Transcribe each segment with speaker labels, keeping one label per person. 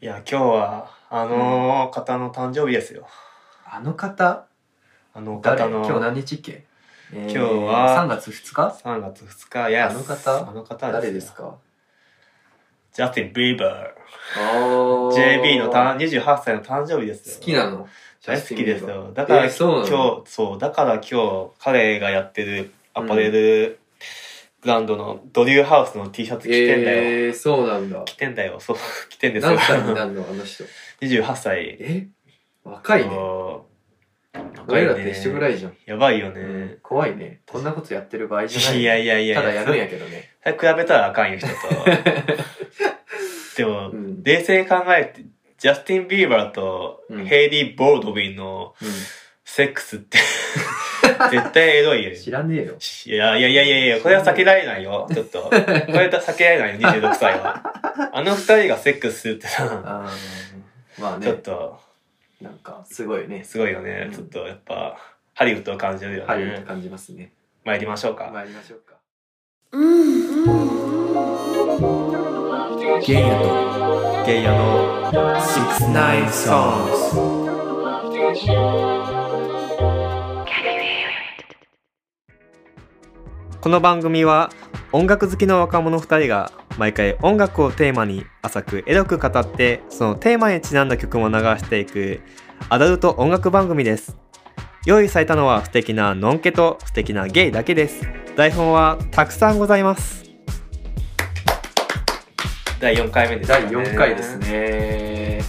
Speaker 1: いや、今日は、あの方の誕生日ですよ。
Speaker 2: あの方
Speaker 1: あの
Speaker 2: 誰
Speaker 1: 方
Speaker 2: 今
Speaker 1: の。
Speaker 2: 日何日っけ、え
Speaker 1: 今日は
Speaker 2: 3月2日
Speaker 1: 3月2日、いや、
Speaker 2: あの方
Speaker 1: あの方
Speaker 2: 誰ですか
Speaker 1: ジャスティン・ビーバー。
Speaker 2: お
Speaker 1: JB のたん28歳の誕生日ですよ。
Speaker 2: 好きなの
Speaker 1: 大好きですよ。だから、
Speaker 2: えーそう
Speaker 1: 今
Speaker 2: なの
Speaker 1: 日、そう、だから今日、彼がやってるアパレルブランドのドリューハウスの T シャツ着てんだよ。
Speaker 2: えー、そうなんだ
Speaker 1: 着てんだよ。そう、着てんですよ。
Speaker 2: 何歳になるのあの人
Speaker 1: 28歳。
Speaker 2: え若いね
Speaker 1: そう
Speaker 2: 俺らって一緒ぐらいじゃん、
Speaker 1: やばいよ
Speaker 2: うん
Speaker 1: ね。
Speaker 2: 怖いねこんなことやってる場合じゃない
Speaker 1: いやいやいやい
Speaker 2: ただやるんやけどね
Speaker 1: それ比べたらあかんよ、 人と。でも
Speaker 2: う、ん、
Speaker 1: 冷静に考えて、ジャスティン・ビーバーと
Speaker 2: うん
Speaker 1: ヘイリー・ボールドウィンの
Speaker 2: う
Speaker 1: セックス って、絶対エロいよ
Speaker 2: ん、。知らねえよ
Speaker 1: いやいやいやいやいや、これは避けられないよ、ちょっと。これは避けられないよ、26歳 は。あの二人がセックスするってさ、
Speaker 2: あーまあ
Speaker 1: ちょっ
Speaker 2: ね
Speaker 1: と、
Speaker 2: なんかすごいね
Speaker 1: すごいよね
Speaker 2: う。ん
Speaker 1: ちょっと、やっぱ、ハリウッドを感じるよ
Speaker 2: ハリウッド
Speaker 1: ね。
Speaker 2: 感じますね
Speaker 1: 参りましょうか。
Speaker 2: 参りましょうか
Speaker 3: ゲイヤと
Speaker 1: ゲイヤの、
Speaker 3: 69 songs
Speaker 1: この番組は音楽好きの若者2人が毎回音楽をテーマに浅くエロく語ってそのテーマにちなんだ曲も流していくアダルト音楽番組です用意されたのは素敵なノンケと素敵なゲイだけです台本はたくさんございます第4回目です
Speaker 2: 第4回ですね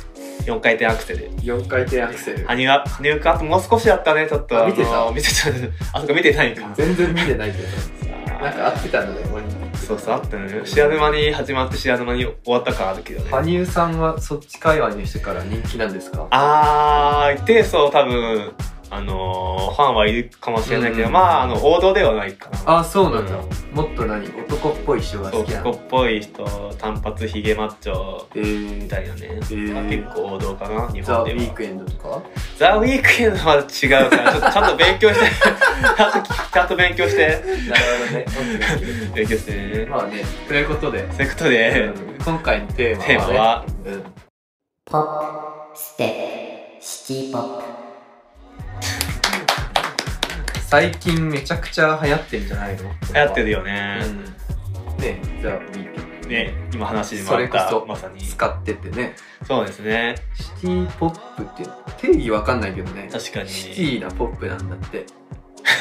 Speaker 1: 4回転アクセル
Speaker 2: 4回転アクセル
Speaker 1: 羽生羽生かもう少しだったねちょっと
Speaker 2: あ見てた
Speaker 1: あの見てたあそこ見てないか
Speaker 2: 全然見てないけどなんか合ってたんだね俺に
Speaker 1: そうそうあったのよ知らぬ間に始まって知らぬ間に終わった感あるけどね
Speaker 2: 羽生さんはそっち界隈の人から人気なんですか
Speaker 1: あー一定層多分あのーファンはいるかもしれないけど、
Speaker 2: うん
Speaker 1: まああの王道ではないかな
Speaker 2: あそうなんだ、
Speaker 1: うん
Speaker 2: もっと何男っぽい人が
Speaker 1: そう
Speaker 2: 好きな
Speaker 1: 男
Speaker 2: の
Speaker 1: っぽい人短髪ヒゲマッチョ
Speaker 2: えー、
Speaker 1: みたいなね、
Speaker 2: ー
Speaker 1: まあ結構王道かな日
Speaker 2: ザ・
Speaker 1: 本
Speaker 2: ウ
Speaker 1: で
Speaker 2: ィー
Speaker 1: は
Speaker 2: クエンドとか
Speaker 1: ザ・ウィークエンドは違うからちょっとちゃんと勉強 してちゃんとちゃんと勉強して
Speaker 2: なるほどね OK
Speaker 1: 勉強してね、
Speaker 2: まあねということで、
Speaker 1: そういうことで、
Speaker 2: うん今回のテーマは、ね、
Speaker 1: テーマは
Speaker 2: うん、
Speaker 4: ポップステップシティポップ
Speaker 2: 最近めちゃくちゃ流行ってんじゃないの
Speaker 1: 流行ってる
Speaker 2: よ、
Speaker 1: よね、
Speaker 2: うん、ねザ・ウィーク
Speaker 1: ね今話にもあった
Speaker 2: それこそ
Speaker 1: まさに
Speaker 2: 使っててね
Speaker 1: そうですね
Speaker 2: シティポップって定義わかんないけどね
Speaker 1: 確かに
Speaker 2: シティなポップなんだって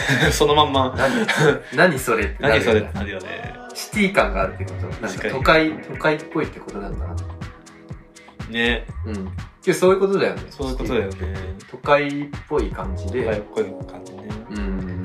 Speaker 1: そのまんま
Speaker 2: 何 何それってな
Speaker 1: 何
Speaker 2: るよね
Speaker 1: それってなるよね
Speaker 2: シティ感があるってことなん
Speaker 1: 確か
Speaker 2: か
Speaker 1: に
Speaker 2: 都会都会っぽいってことなんだな
Speaker 1: ね
Speaker 2: うんけどそういうことだよね
Speaker 1: そういうことだよね
Speaker 2: 都会っぽい感じで、
Speaker 1: はいこういう感じね
Speaker 2: うん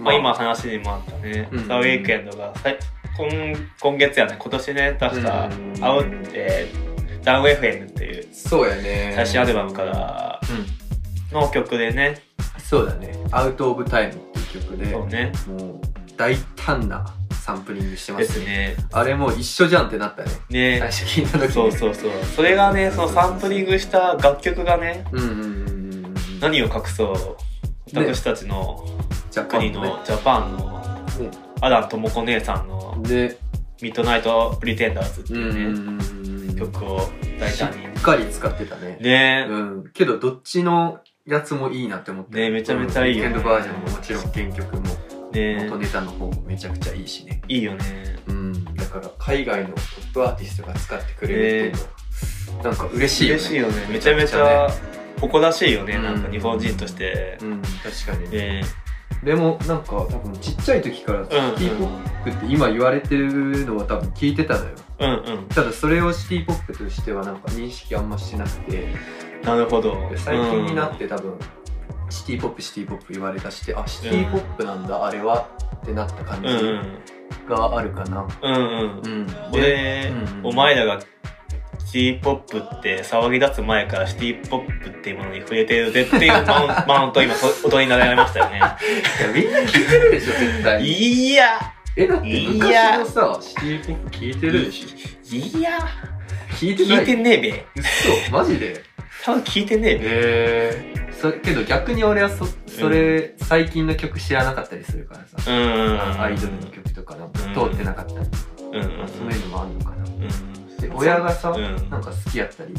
Speaker 1: まあ今話にもあったね
Speaker 2: う
Speaker 1: 「
Speaker 2: ん
Speaker 1: ザ・ウィークエンドがさい今今月やね今年ね出した
Speaker 2: う
Speaker 1: 「
Speaker 2: ん
Speaker 1: アウえーダウン FM」っていう
Speaker 2: そうやね
Speaker 1: 最新アルバムから
Speaker 2: うん
Speaker 1: の曲でね
Speaker 2: そうだね「アウト・オブ・タイム」っていう曲で
Speaker 1: そうね
Speaker 2: もう大胆なサンプリングしてま
Speaker 1: ですす
Speaker 2: ね
Speaker 1: ね
Speaker 2: あれもう一緒じゃんってなったね最
Speaker 1: ね
Speaker 2: 初聞いた時に
Speaker 1: そうそうそうそれがねそのサンプリングした楽曲がね
Speaker 2: うんうんうんうんうん
Speaker 1: 何を隠そう
Speaker 2: ね
Speaker 1: 私たちの
Speaker 2: ジャパ
Speaker 1: 国
Speaker 2: ンの
Speaker 1: のジャパンの
Speaker 2: ね
Speaker 1: アダンともこ姉さんの
Speaker 2: ねで
Speaker 1: 「ミッドナイト・プリテンダーズ」って
Speaker 2: う
Speaker 1: い
Speaker 2: ん
Speaker 1: うね、
Speaker 2: うんうんうん
Speaker 1: 曲を大
Speaker 2: し
Speaker 1: 胆に
Speaker 2: っかり使ってたね
Speaker 1: ね
Speaker 2: うん、けどどっちのやつもいいなって思って
Speaker 1: ねめちゃめちゃいいよ
Speaker 2: うんウィーケンドバージョンももちろん原曲も
Speaker 1: ね
Speaker 2: 元ネタの方もめちゃくちゃいいしね、
Speaker 1: いいよね
Speaker 2: うん、だから海外のトップアーティストが使ってくれるっていうの、なんか嬉しいよね
Speaker 1: 嬉しいよねめちゃめちゃ誇らしいよね、
Speaker 2: うん
Speaker 1: なんか日本人として
Speaker 2: う、ん、確かに、
Speaker 1: ね
Speaker 2: でもなんか多分ちっちゃい時からシテ
Speaker 1: うん
Speaker 2: ィ・ポップって今言われてるのは多分聞いてたのよ
Speaker 1: うんうん
Speaker 2: ただそれをシティ・ポップとしてはなんか認識あんましてなくて
Speaker 1: なるほど
Speaker 2: で最近になって多分、シティポップシティポップ言われたしてあシティポップなんだ、あれはってなった感
Speaker 1: うんうん
Speaker 2: じがあるかな、
Speaker 1: うんうん
Speaker 2: うんで
Speaker 1: で、
Speaker 2: うん
Speaker 1: お前らがシティ・ポップって騒ぎ出す前からシティ・ポップっていうものに触れてるぜっていうマウン マウントを今と大人になられましたよね
Speaker 2: いやみんな聞いてるでしょ絶対
Speaker 1: いや
Speaker 2: えだって
Speaker 1: い
Speaker 2: 昔
Speaker 1: や
Speaker 2: のさシティポップ聞いてるでしょ
Speaker 1: いや
Speaker 2: 聞いてな
Speaker 1: 聞い
Speaker 2: い
Speaker 1: てねえべ
Speaker 2: 嘘マジで
Speaker 1: 多分聞いてねえべ
Speaker 2: えー、そけど逆に俺はそそれ、最近の曲知らなかったりするからさ、
Speaker 1: うんうんうん
Speaker 2: アイドルの曲とかなんか
Speaker 1: うん
Speaker 2: 通ってなかったりとか、
Speaker 1: うんうんうん
Speaker 2: そういうのもあるのかな
Speaker 1: うん
Speaker 2: で親がさ、
Speaker 1: うん
Speaker 2: なんか好きやったり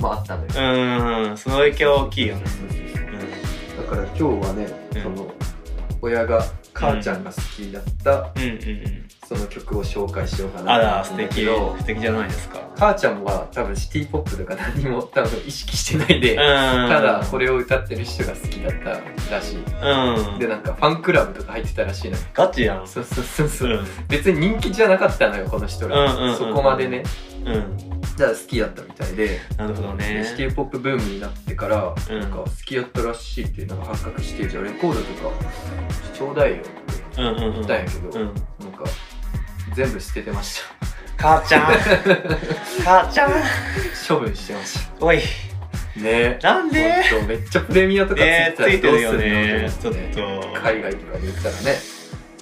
Speaker 2: まああったのよ、
Speaker 1: うんその影響大きいよね
Speaker 2: そうそうそうだから今日はね、
Speaker 1: うん
Speaker 2: その親が母ちゃんが好きだった
Speaker 1: うんうんうん
Speaker 2: その曲を紹介しようか
Speaker 1: あ
Speaker 2: な
Speaker 1: ら
Speaker 2: と
Speaker 1: 素
Speaker 2: 思うんだ
Speaker 1: 敵
Speaker 2: けど
Speaker 1: 素敵じゃないですか
Speaker 2: 母ちゃんは多分シティポップとか何も多分意識してない
Speaker 1: うん
Speaker 2: で、た
Speaker 1: た
Speaker 2: だこれを歌ってる人が好きだったらしい
Speaker 1: うん
Speaker 2: でなんかファンクラブとか入ってたらしいのよ
Speaker 1: ガチやん
Speaker 2: そうそうそうそううん別に人気じゃなかったのよこの人ら、
Speaker 1: うんうんうん
Speaker 2: そこまでね
Speaker 1: うん
Speaker 2: だから好きだったみたいで、
Speaker 1: なるほど
Speaker 2: で
Speaker 1: ね
Speaker 2: シティポップブームになってから、
Speaker 1: うん
Speaker 2: なんか好きやったらしいっていうのが発覚してじゃあレコードとかちょうだいよって
Speaker 1: うんうんう
Speaker 2: 言
Speaker 1: ん
Speaker 2: ったんやけど、
Speaker 1: うん
Speaker 2: なんか全部捨ててまし
Speaker 1: 母ちゃん 母ちゃん
Speaker 2: た 処分してまし
Speaker 1: おい
Speaker 2: たね
Speaker 1: なんで
Speaker 2: ほんとめっちゃプレミアとかつい
Speaker 1: ね
Speaker 2: て
Speaker 1: つ
Speaker 2: たら
Speaker 1: いて
Speaker 2: どう
Speaker 1: る
Speaker 2: すん
Speaker 1: よ
Speaker 2: の
Speaker 1: ね
Speaker 2: と
Speaker 1: ちょっ
Speaker 2: 思って
Speaker 1: と
Speaker 2: 海外とかに行ったらね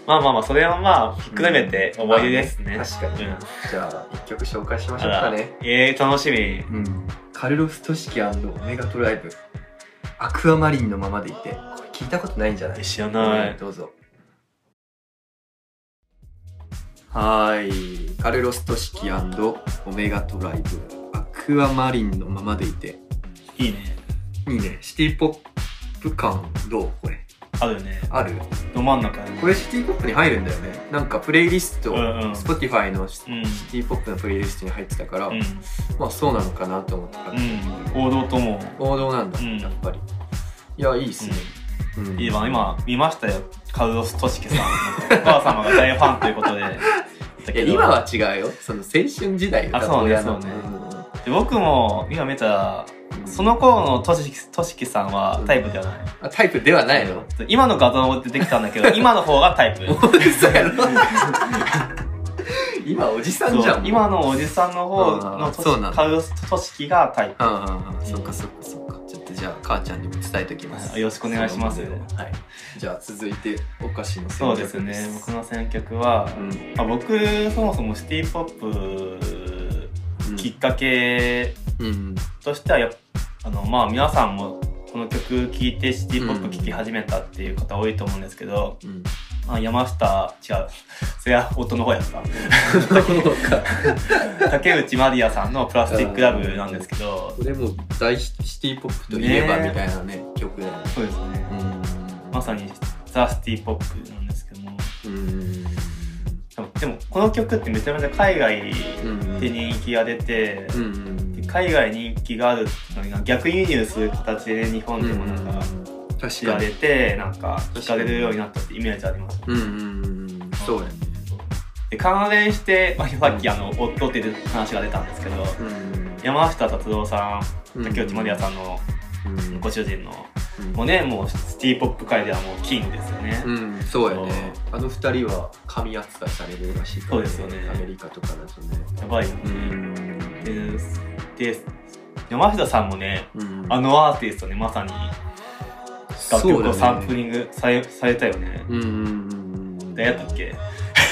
Speaker 1: まあまあまあそれはまあひっくるめて思い出ですね、
Speaker 2: 確かに、
Speaker 1: うん
Speaker 2: じゃあ一曲紹介しまし
Speaker 1: あ
Speaker 2: ょうからね
Speaker 1: えー、楽しみ
Speaker 2: うんカルロス・トシキメガトライブアクアマリンのままでいてこれ聞いたことないんじゃない
Speaker 1: 知らない、
Speaker 2: どうぞはーいカルロス・トシキオメガトライブアクアマリンのままでいて
Speaker 1: いいね
Speaker 2: いいねシティポップ感どうこれ
Speaker 1: あるよね
Speaker 2: ある
Speaker 1: ど真ん中に
Speaker 2: これシティポップに入るんだよねなんかプレイリスト、
Speaker 1: うんうん
Speaker 2: Spotify のシ
Speaker 1: うん
Speaker 2: ティポップのプレイリストに入ってたから、
Speaker 1: うん
Speaker 2: まあそうなのかなと思ったから、
Speaker 1: うん王道とも
Speaker 2: 王道なんだ、
Speaker 1: うん
Speaker 2: やっぱりいやいいっすね、うん
Speaker 1: いいわ今見ましたよカルロス・トシケさんお母様が大ファンということで
Speaker 2: いや今は違うよその青春時代よ
Speaker 1: あそうね
Speaker 2: 多分親の
Speaker 1: そうね
Speaker 2: ん
Speaker 1: で僕も今見たら
Speaker 2: うん
Speaker 1: その頃のトシトシキさんはタイプではない、
Speaker 2: あタイプではないの
Speaker 1: 今の画像も出てきたんだ けど今の方がタイプ
Speaker 2: 嘘やろ 今おじさんじゃ
Speaker 1: そうん今のおじさんの方
Speaker 2: あ
Speaker 1: の
Speaker 2: ー
Speaker 1: ト
Speaker 2: そうなん
Speaker 1: シ
Speaker 2: だ
Speaker 1: カルロス・トシキがタイプ
Speaker 2: ああああそっかそっかそっかちょっとじゃあ母ちゃんにも伝えときます
Speaker 1: はいよろしくお願いします
Speaker 2: そうなんだよはいじゃあ続いてお菓子の選
Speaker 1: そう
Speaker 2: 択
Speaker 1: ですね僕の選曲は、
Speaker 2: うん
Speaker 1: まあ、僕そもそもシティ・ポッ
Speaker 2: う
Speaker 1: プ
Speaker 2: ん
Speaker 1: きっかけ
Speaker 2: うん
Speaker 1: としてはやっあのまあ皆さんもこの曲聴いてシティ・ポップ聴き始めたっていう方多いと思うんですけど、
Speaker 2: うん
Speaker 1: まあ、山下違うそりゃ夫の方やった
Speaker 2: そうか
Speaker 1: 竹内まりやさんの「プラスティック・ラブ」なんですけど
Speaker 2: これも大シティポップといえばみたいなね曲だよね
Speaker 1: そうですね
Speaker 2: うん
Speaker 1: まさにザ・シティ・ポップなんですけども
Speaker 2: うん
Speaker 1: でもでもこの曲ってめちゃめちゃ海外
Speaker 2: うん
Speaker 1: で人気が出て、
Speaker 2: うんうん
Speaker 1: で海外人気があるっていうのが逆輸入する形で日本でもなんか知
Speaker 2: 確
Speaker 1: ら
Speaker 2: か
Speaker 1: れ
Speaker 2: に
Speaker 1: てなんか聞かれるようになったってイメージあります
Speaker 2: うんうんうんそうやね
Speaker 1: で関連して、まあ、さっきあの夫っていう話が出たんですけど
Speaker 2: うん
Speaker 1: 山下達郎さん竹内まりやさんの
Speaker 2: うん
Speaker 1: ご主人の
Speaker 2: うん
Speaker 1: もうねもうシティ・ポップ界ではもうキングですよね、
Speaker 2: うんそうやねあの二人は神扱いされるらしいから
Speaker 1: そうですよね
Speaker 2: アメリカとかだとね
Speaker 1: やばいよね、
Speaker 2: うん
Speaker 1: でで山下さんもね
Speaker 2: うん
Speaker 1: あのアーティストねまさに楽
Speaker 2: そう
Speaker 1: 曲
Speaker 2: だ
Speaker 1: を
Speaker 2: ね
Speaker 1: サンプリングされ,、されたよね
Speaker 2: うんうんうんうん
Speaker 1: 誰やったっけ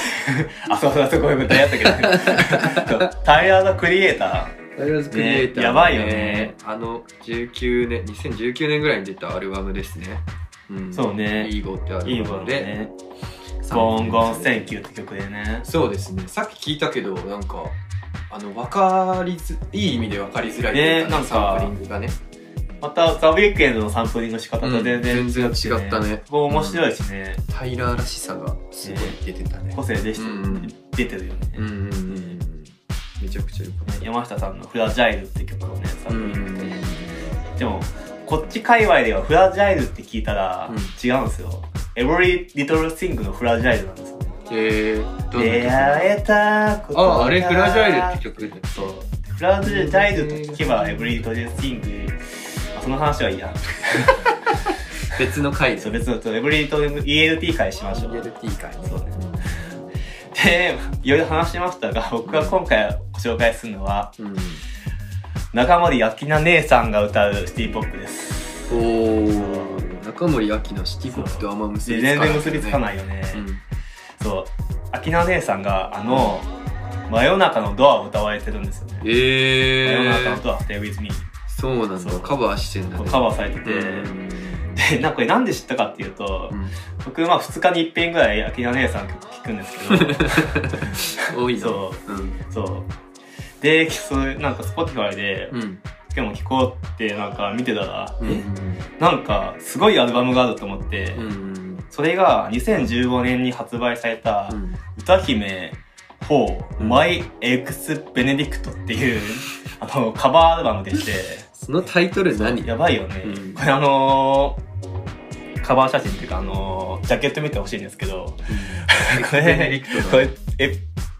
Speaker 1: あそうだそうごめん誰やったっけ そうタイヤのクリエイタ
Speaker 2: ダイヤーズクリエイター、
Speaker 1: ねやばいよね
Speaker 2: あの19年2019年ぐらいに出たアルバムですね、うん、
Speaker 1: そうね
Speaker 2: イーゴってア
Speaker 1: ーいい
Speaker 2: ルバ
Speaker 1: わ
Speaker 2: ムで
Speaker 1: ね「ゴンゴンセンキュー」って曲でね
Speaker 2: そうですねさっき聞いたけどなんかあの分かりづいい意味で分かりづらいという
Speaker 1: ねなんか
Speaker 2: サンプリングがね
Speaker 1: また「ザ・ウィークエンド」のサンプリングの仕方と全然
Speaker 2: うん全然
Speaker 1: くて
Speaker 2: 違ったね
Speaker 1: ここ面白いしね、
Speaker 2: タイラーらしさがすごい出てたね
Speaker 1: 個性でし、
Speaker 2: うん
Speaker 1: 出てるよね、
Speaker 2: うんうんうんうんめちゃくちゃよかった
Speaker 1: 山下さんの「フラジャイル」って曲をねサン
Speaker 2: うん
Speaker 1: プリングして、
Speaker 2: うん
Speaker 1: でもこっち界隈では「フラジャイル」って聞いたら
Speaker 2: うん
Speaker 1: 違うんですよ「Every Little Thing」の「フラジャイル」なんですよね
Speaker 2: えー、どんな
Speaker 1: 出
Speaker 2: 曲
Speaker 1: 会えたことが
Speaker 2: ああれフラジャイルって曲だ
Speaker 1: そうフラジャイルと聞けば「Every Little Thing」あその話はいいや
Speaker 2: 別の回で
Speaker 1: そう別のそう Every Little ELT 会しましょう
Speaker 2: LT 回ね
Speaker 1: そうねでいろいろ話しましたが僕が今回ご紹介するのは
Speaker 2: うん
Speaker 1: 中森明菜姉さんが歌うシティポップです
Speaker 2: おー中森明菜シティポップとあんま結び
Speaker 1: で
Speaker 2: つかない、
Speaker 1: 全然結びつかないよね、そう明菜姉さんがあの「真夜中のドア」を歌われてるんですよね
Speaker 2: え
Speaker 1: 真夜中
Speaker 2: ー
Speaker 1: の、ドア Stay with me
Speaker 2: そうなん
Speaker 1: そ
Speaker 2: だ
Speaker 1: う
Speaker 2: カバーしてんだね
Speaker 1: カバーされてて、
Speaker 2: う
Speaker 1: でなんかこれなんで知ったかっていうと、
Speaker 2: ん
Speaker 1: 僕まあ2日に1遍ぐらい 明菜姉さんの曲聴くんですけど
Speaker 2: 多いな
Speaker 1: そう
Speaker 2: うん
Speaker 1: そうでそうなんか Spotify で
Speaker 2: うん
Speaker 1: 今日も聴こうってなんか見てたら、
Speaker 2: うん
Speaker 1: なんかすごいアルバムがあると思って、
Speaker 2: うんうん
Speaker 1: それが2015年に発売された
Speaker 2: う、ん
Speaker 1: 歌姫4
Speaker 2: うん
Speaker 1: マイエクスベネディクトって いうあのカバーアルバムでして
Speaker 2: そのタイトル何
Speaker 1: やばいよね、
Speaker 2: うん
Speaker 1: これあのーカバー写真っていうかあのージャケット見てほしいんですけどこ
Speaker 2: ベネディ
Speaker 1: れ
Speaker 2: クトだ
Speaker 1: これエ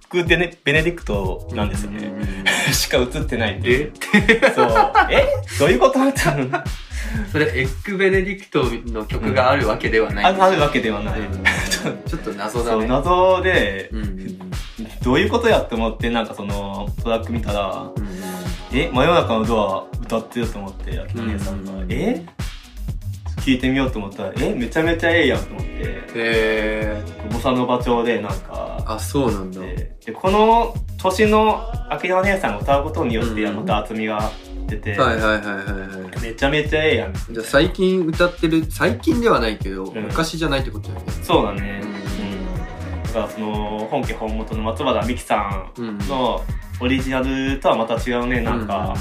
Speaker 1: クデネベネディクトなんですよね、
Speaker 2: うんうんうん
Speaker 1: しか映ってないんで
Speaker 2: え
Speaker 1: そうえどういうことみたいな
Speaker 2: それエッグベネディクトの曲があるわけではない
Speaker 1: あ
Speaker 2: んですよ
Speaker 1: あるわけではない、
Speaker 2: うんちょっと謎だ
Speaker 1: そう
Speaker 2: ね
Speaker 1: 謎で
Speaker 2: うんうん
Speaker 1: どういうことやって思ってなんかそのトラック見たら
Speaker 2: うん
Speaker 1: え真夜中のドア歌ってると思って秋野姉さんが、
Speaker 2: うん
Speaker 1: え聞いてみようと思ったらえめちゃめちゃええやんと思って
Speaker 2: へえ
Speaker 1: ボサノバ調でなんか
Speaker 2: あそうなんだ
Speaker 1: ででこの年の秋野姉さんが歌うことによって
Speaker 2: うん
Speaker 1: また厚みが出て、
Speaker 2: はいはいはいはいはい
Speaker 1: めちゃめちゃええやん
Speaker 2: じゃあ最近歌ってる最近ではないけど、
Speaker 1: ん
Speaker 2: 昔じゃないってことだよね
Speaker 1: そうだね、うん、だからその本家本元の松原美樹さ
Speaker 2: うんうん
Speaker 1: んのオリジナルとはまた違うねなんか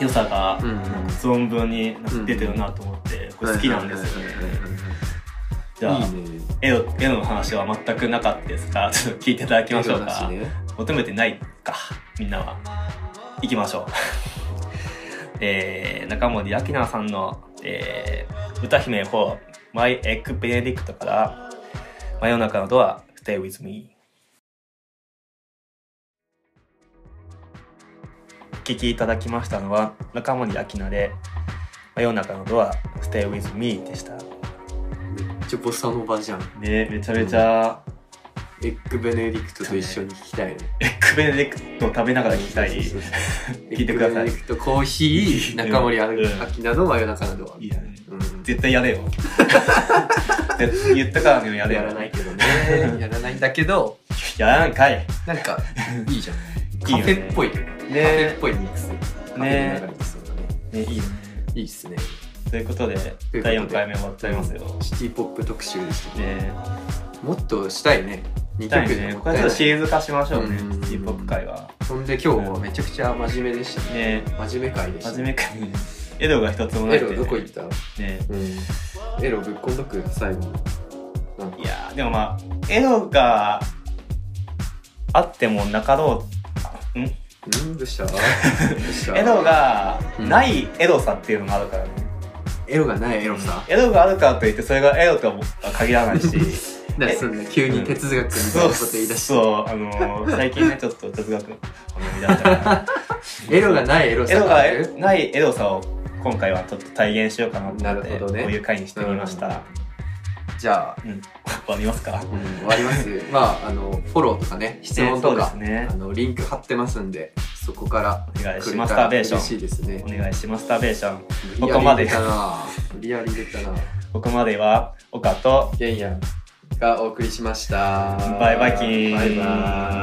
Speaker 1: 良さが
Speaker 2: うんうん
Speaker 1: 存分に出てるなと思って、これ好きなんですよね、
Speaker 2: はいはいはいはい
Speaker 1: じゃあ
Speaker 2: いいね
Speaker 1: 絵の絵の話は全くなかったですからちょっと聞いていただきましょうか、
Speaker 2: いい話ね
Speaker 1: 求めてないかみんなは行きましょう えー、中森明菜さんの、えー歌姫4「マイ・エッグ・ベネディクト」から「真夜中のドア Stay with me」お聴きいただきましたのは中森明菜で「真夜中のドア Stay with me」でした
Speaker 2: めっちゃボサノバじゃん
Speaker 1: ねめちゃめちゃ
Speaker 2: エッグベネディクトと一緒に聴きたいね
Speaker 1: エッグベネディクトを食べながら聴きたい
Speaker 2: そうそうそう
Speaker 1: 聞いてください
Speaker 2: エッグベネディクトコーヒー中森明
Speaker 1: うん
Speaker 2: 菜の真夜中のドア
Speaker 1: いいよね
Speaker 2: うん
Speaker 1: 絶対やれよ絶対言ったからにはやれよ
Speaker 2: やらないけどね やらないんだけど
Speaker 1: やらんかい
Speaker 2: なんかいいじゃん
Speaker 1: いい
Speaker 2: カ
Speaker 1: よ
Speaker 2: フ
Speaker 1: ね
Speaker 2: ェっぽいカフェっぽいミックスカフェ
Speaker 1: ね
Speaker 2: の流れですよね
Speaker 1: ねいいね
Speaker 2: いいっすね
Speaker 1: ということで
Speaker 2: ということで
Speaker 1: 第4回目終わっちゃいますよ
Speaker 2: シティポップ特集でしたね
Speaker 1: ね
Speaker 2: もっとしたいね2
Speaker 1: した
Speaker 2: 曲
Speaker 1: い
Speaker 2: で
Speaker 1: ね
Speaker 2: もっ
Speaker 1: こ
Speaker 2: た
Speaker 1: れ
Speaker 2: い
Speaker 1: ちょっとシ
Speaker 2: ない
Speaker 1: リーズ化しましょうね
Speaker 2: うん
Speaker 1: ヒップホップ会は
Speaker 2: そんで今日はめちゃくちゃ真面目でしたね
Speaker 1: ね
Speaker 2: 真面目会でした
Speaker 1: 初
Speaker 2: ね
Speaker 1: めからエドが一つもな
Speaker 2: エ
Speaker 1: い
Speaker 2: ロどこ行った
Speaker 1: てね
Speaker 2: うんエロぶっこんどく最後なんか
Speaker 1: いやーでもまあエドがあってもなかろうん
Speaker 2: うんどうしたどうした
Speaker 1: エドがないエドさっていうのもあるからね
Speaker 2: エロがないエロさ
Speaker 1: エドがあるからといってそれがエドとは限らないし
Speaker 2: だからそんな急に哲学みたい
Speaker 1: そ
Speaker 2: な
Speaker 1: う
Speaker 2: こと言い出して
Speaker 1: そうあのー最近ねちょっと哲学を読み出した から
Speaker 2: エロがないエロ
Speaker 1: エ
Speaker 2: さ
Speaker 1: ド
Speaker 2: があ
Speaker 1: が
Speaker 2: る
Speaker 1: ないエドさを今回はちょっと体現しようかなと思っ
Speaker 2: なる
Speaker 1: て
Speaker 2: ほ
Speaker 1: こ
Speaker 2: ど
Speaker 1: う
Speaker 2: ね
Speaker 1: いう回にしてみました
Speaker 2: じゃあ
Speaker 1: 終わりますか
Speaker 2: うん終わりますまああのフォローとかね質問と
Speaker 1: ね
Speaker 2: か
Speaker 1: そうですね
Speaker 2: あのリンク貼ってますんでそこから
Speaker 1: お願い
Speaker 2: く
Speaker 1: し
Speaker 2: れ
Speaker 1: ま
Speaker 2: た
Speaker 1: すタ
Speaker 2: ら
Speaker 1: ーベーシ
Speaker 2: 嬉し
Speaker 1: ョン
Speaker 2: いですね
Speaker 1: お願いしますターベーション
Speaker 2: 無
Speaker 1: こ
Speaker 2: 理
Speaker 1: こま
Speaker 2: やり
Speaker 1: で
Speaker 2: 出たな無理やり出たな
Speaker 1: ここまでは岡と
Speaker 2: ゲンヤンがお送りしました
Speaker 1: バイバイキン
Speaker 2: バイバイ